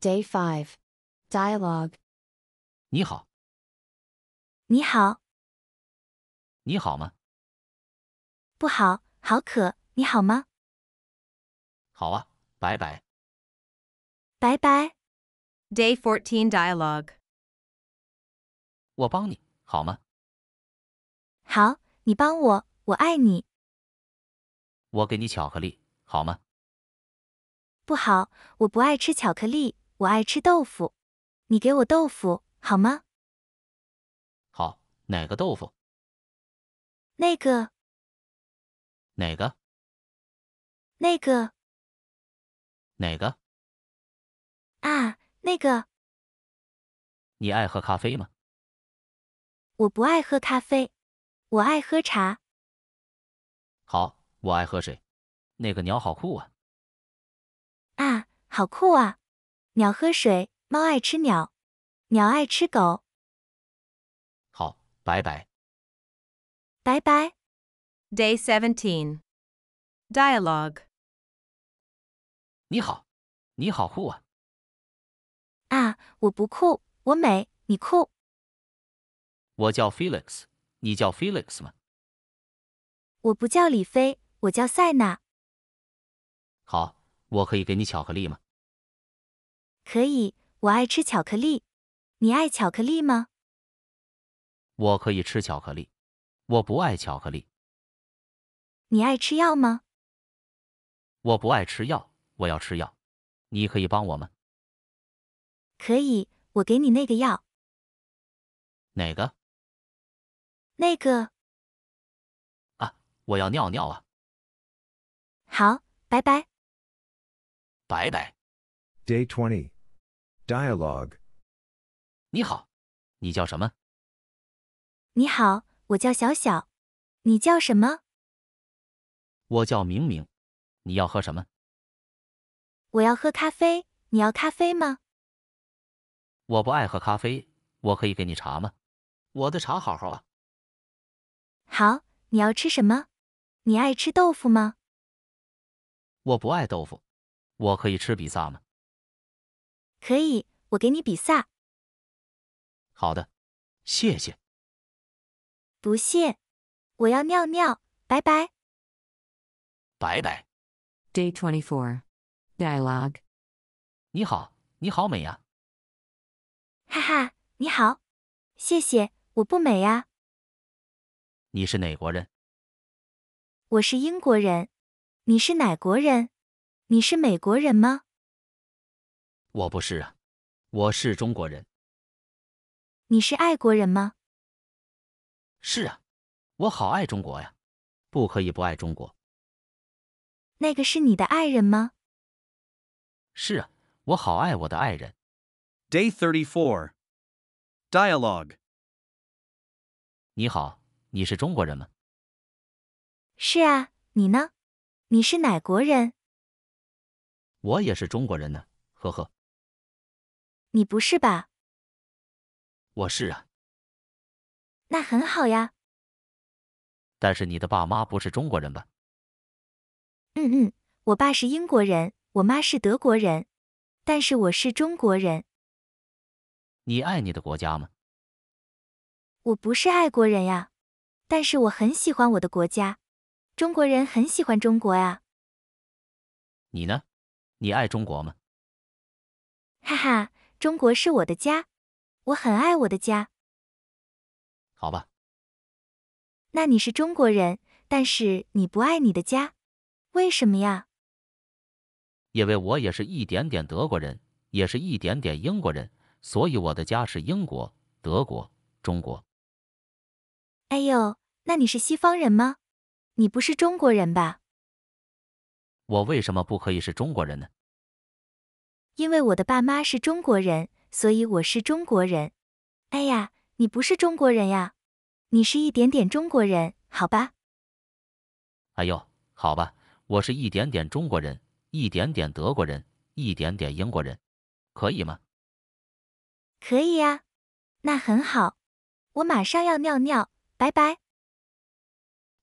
Day 5. Dialogue. 你好，你好，你好吗？不好，好渴，你好吗？好啊，拜拜。拜拜， Day 14 Dialogue. 我帮你好吗？好，你帮我，我爱你。我给你巧克力好吗？不好，我不爱吃巧克力，我爱吃豆腐。你给我豆腐好吗？好，哪个豆腐？那个，哪个？那个哪个？啊，那个，你爱喝咖啡吗？我不爱喝咖啡，我爱喝茶。好，我爱喝水。那个鸟好酷啊！啊，好酷啊！鸟喝水，猫爱吃鸟，鸟爱吃狗。好，拜拜。拜拜， Day 17 Dialogue. 你好，你好酷啊！啊，我不酷，我美，你酷。我叫 Felix，你叫 Felix 吗？我不叫李飞，我叫塞纳。好，我可以给你巧克力吗？可以，我爱吃巧克力。你爱巧克力吗？我可以吃巧克力，我不爱巧克力，你爱吃药吗？我不爱吃药，我要吃药。你可以帮我吗？可以，我给你那个药。哪个？那个，我要尿尿啊！好，拜拜。拜拜。 Day 20. Dialogue. 你好，你叫什么？你好，我叫小小，你叫什么？我叫明明，你要喝什么？我要喝咖啡，你要咖啡吗？我不爱喝咖啡，我可以给你茶吗？我的茶好好啊，好，你要吃什么？你爱吃豆腐吗？我不爱豆腐，我可以吃比萨吗？可以，我给你比萨。好的，谢谢。不谢，我要尿尿，拜拜。拜拜。 Day 24. Dialogue. 你好，你好美啊呀、哈哈，你好，谢谢，我不美啊呀、你是哪国人？我是英国人，你是哪国人？你是美国人吗？我不是啊，我是中国人。你是爱国人吗？是啊，我好爱中国呀，不可以不爱中国。那个是你的爱人吗？是啊，我好爱我的爱人。 Day 34. Dialogue. 你好，你是中国人吗？是啊，你呢？你是哪国人？我也是中国人呢，呵呵，你不是吧？我是啊，那很好呀。但是你的爸妈不是中国人吧？嗯嗯，我爸是英国人，我妈是德国人，但是我是中国人，你爱你的国家吗？我不是爱国人呀。但是我很喜欢我的国家，中国人很喜欢中国呀。你呢？你爱中国吗？哈哈，中国是我的家，我很爱我的家。好吧，那你是中国人，但是你不爱你的家，为什么呀？因为我也是一点点德国人，也是一点点英国人，所以我的家是英国、德国、中国。哎呦，那你是西方人吗？你不是中国人吧？我为什么不可以是中国人呢？因为我的爸妈是中国人，所以我是中国人。哎呀，你不是中国人呀，你是一点点中国人，好吧？哎呦，好吧，我是一点点中国人，一点点德国人，一点点英国人，可以吗？可以呀，那很好。我马上要尿尿，拜拜。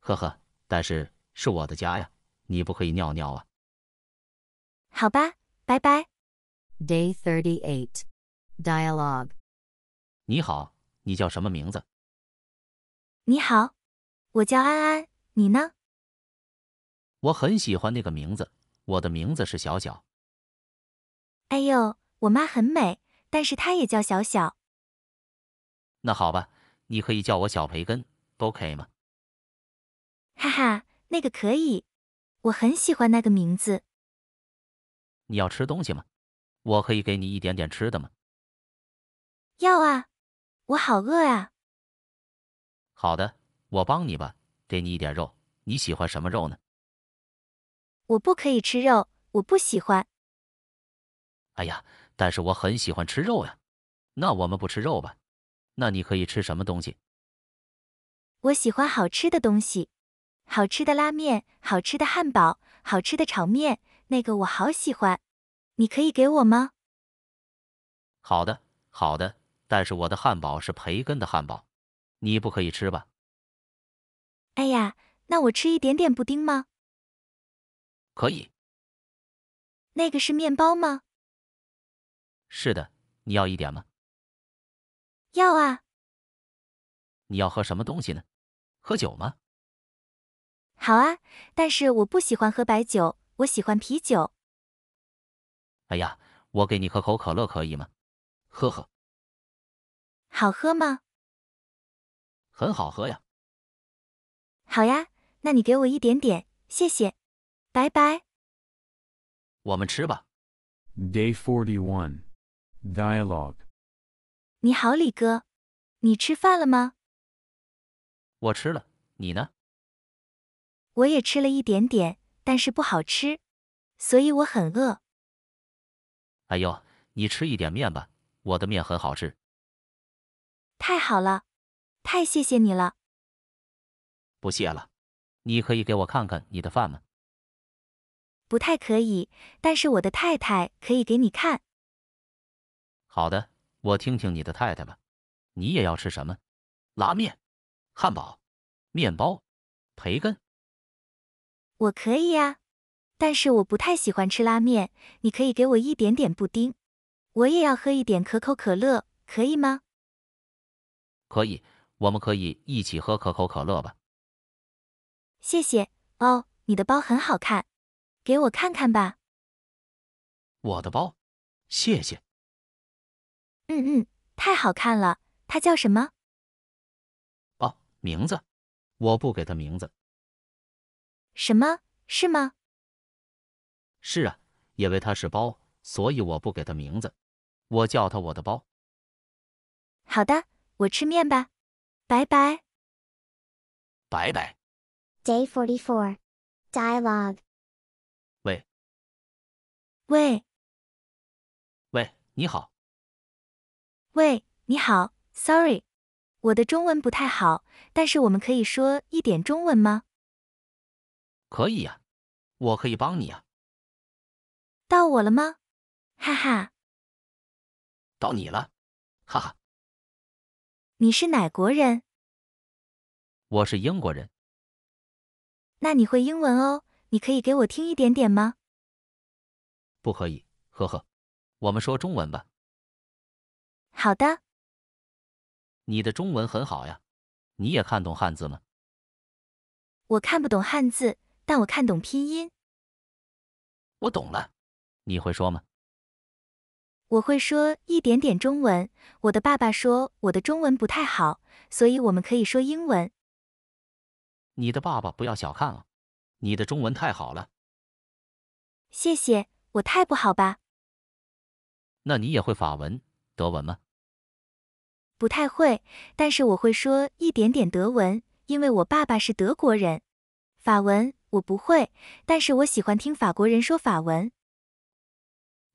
呵呵，但是是我的家呀，你不可以尿尿啊。好吧，拜拜。 Day 38. Dialogue. 你好，你叫什么名字？你好，我叫安安，你呢？我很喜欢那个名字，我的名字是小小。哎呦，我妈很美，但是她也叫小小。那好吧，你可以叫我小培根，OK 吗？哈哈，那个可以，我很喜欢那个名字。你要吃东西吗？我可以给你一点点吃的吗？要啊，我好饿啊！好的，我帮你吧，给你一点肉。你喜欢什么肉呢？我不可以吃肉，我不喜欢。哎呀，但是我很喜欢吃肉呀。那我们不吃肉吧？那你可以吃什么东西？我喜欢好吃的东西，好吃的拉面，好吃的汉堡，好吃的炒面，那个我好喜欢。你可以给我吗？好的，好的。但是我的汉堡是培根的汉堡，你不可以吃吧？哎呀，那我吃一点点布丁吗？可以。那个是面包吗？是的，你要一点吗？要啊，你要喝什么东西呢？喝酒吗？好啊，但是我不喜欢喝白酒，我喜欢啤酒。哎呀，我给你喝口可乐可以吗？喝喝，好喝吗？很好喝呀。好呀，那你给我一点点，谢谢，拜拜。我们吃吧。 Day 41. Dialogue. 你好，李哥，你吃饭了吗？我吃了，你呢？我也吃了一点点，但是不好吃，所以我很饿。哎呦，你吃一点面吧，我的面很好吃。太好了，太谢谢你了。不谢了，你可以给我看看你的饭吗？不太可以，但是我的太太可以给你看。好的，我听听你的太太吧。你也要吃什么？拉面、汉堡、面包、培根。我可以呀、但是我不太喜欢吃拉面，你可以给我一点点布丁。我也要喝一点可口可乐，可以吗？可以，我们可以一起喝可口可乐吧。谢谢。哦，你的包很好看，给我看看吧。我的包，谢谢。嗯嗯，太好看了。它叫什么？哦，名字，我不给他名字。什么？是吗？是啊，因为它是包，所以我不给它名字，我叫它我的包。好的，我吃面吧，拜拜。拜拜。 Day 44. Dialogue. 喂喂喂，你好，喂，你好，sorry，我的中文不太好，但是我们可以说一点中文吗？可以呀、我可以帮你啊呀、到我了吗？哈哈，到你了，哈哈，你是哪国人？我是英国人，那你会英文哦，你可以给我听一点点吗？不可以，呵呵，我们说中文吧。好的，你的中文很好呀，你也看懂汉字吗？我看不懂汉字，但我看懂拼音。我懂了，你会说吗？我会说一点点中文。我的爸爸说我的中文不太好，所以我们可以说英文。你的爸爸不要小看啊，你的中文太好了，谢谢，我太不好吧？那你也会法文、德文吗？不太会，但是我会说一点点德文，因为我爸爸是德国人。法文我不会，但是我喜欢听法国人说法文。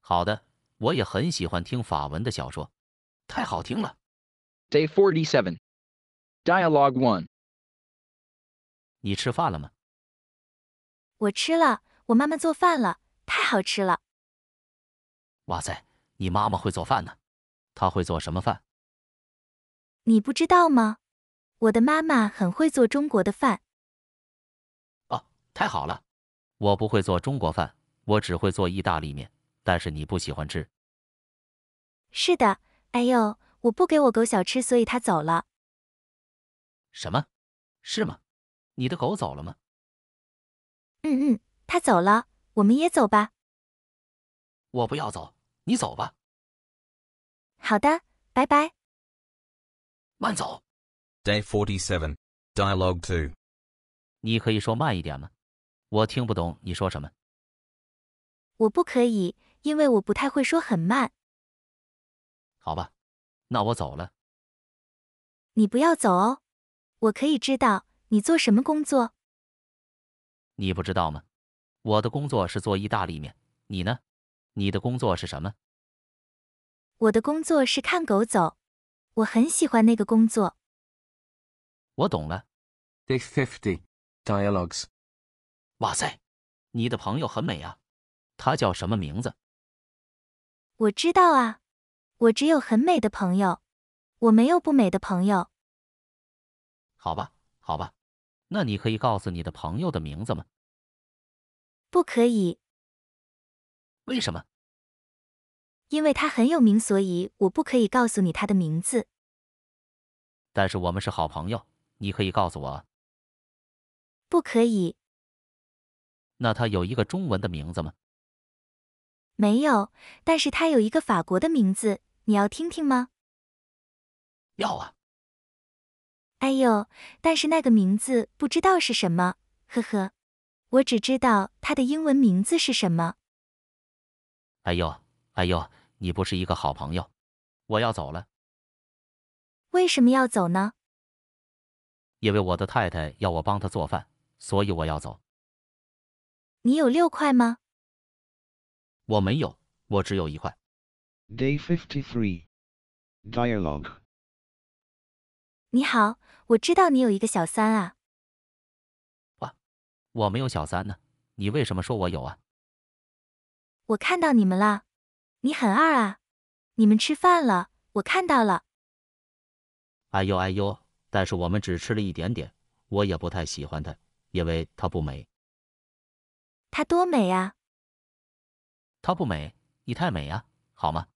好的，我也很喜欢听法文的小说，太好听了。 Day 47. Dialogue 1. 你吃饭了吗？我吃了，我妈妈做饭了，太好吃了。哇塞，你妈妈会做饭呢，她会做什么饭？你不知道吗？我的妈妈很会做中国的饭。哦，太好了，我不会做中国饭，我只会做意大利面，但是你不喜欢吃，是的，哎呦，我不给我狗小吃，所以它走了。什么？是吗？你的狗走了吗？嗯嗯，它走了，我们也走吧。我不要走，你走吧，好的，拜拜。慢走。 Day 47. Dialogue 2. 你可以说慢一点吗？我听不懂你说什么。我不可以，因为我不太会说很慢。好吧，那我走了。你不要走哦，我可以知道你做什么工作。你不知道吗？我的工作是做意大利面，你呢？你的工作是什么？我的工作是看狗走，我很喜欢那个工作。我懂了。 Day 50. Dialogues. 哇塞，你的朋友很美啊，她叫什么名字？我知道啊，我只有很美的朋友，我没有不美的朋友。好吧，好吧，那你可以告诉你的朋友的名字吗？不可以，为什么？因为他很有名，所以我不可以告诉你他的名字。但是我们是好朋友，你可以告诉我啊。不可以，那他有一个中文的名字吗？没有，但是他有一个法国的名字，你要听听吗？要啊，哎呦，但是那个名字不知道是什么，呵呵，我只知道他的英文名字是什么。哎呦，哎呦，你不是一个好朋友，我要走了，为什么要走呢？因为我的太太要我帮她做饭，所以我要走。你有六块吗？我没有，我只有一块。 Day 53. Dialogue. 你好，我知道你有一个小三啊，我没有小三呢，你为什么说我有啊？我看到你们了，你很二啊，你们吃饭了，我看到了。哎呦哎呦，但是我们只吃了一点点，我也不太喜欢她，因为她不美，她多美啊！她不美，你太美呀、好吗？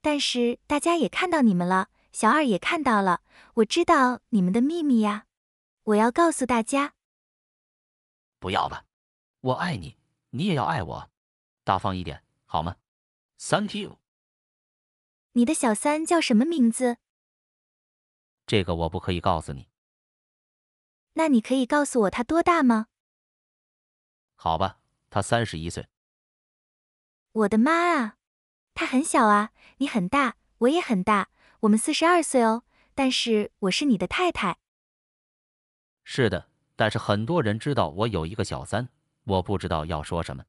但是大家也看到你们了，小二也看到了，我知道你们的秘密呀、我要告诉大家，不要吧，我爱你，你也要爱我，大方一点好吗？Thank you，你的小三叫什么名字？这个我不可以告诉你，那你可以告诉我他多大吗？好吧？她三十一岁，我的妈啊，他很小啊，你很大，我也很大，我们四十二岁哦。但是我是你的太太，是的，但是很多人知道我有一个小三，我不知道要说什么。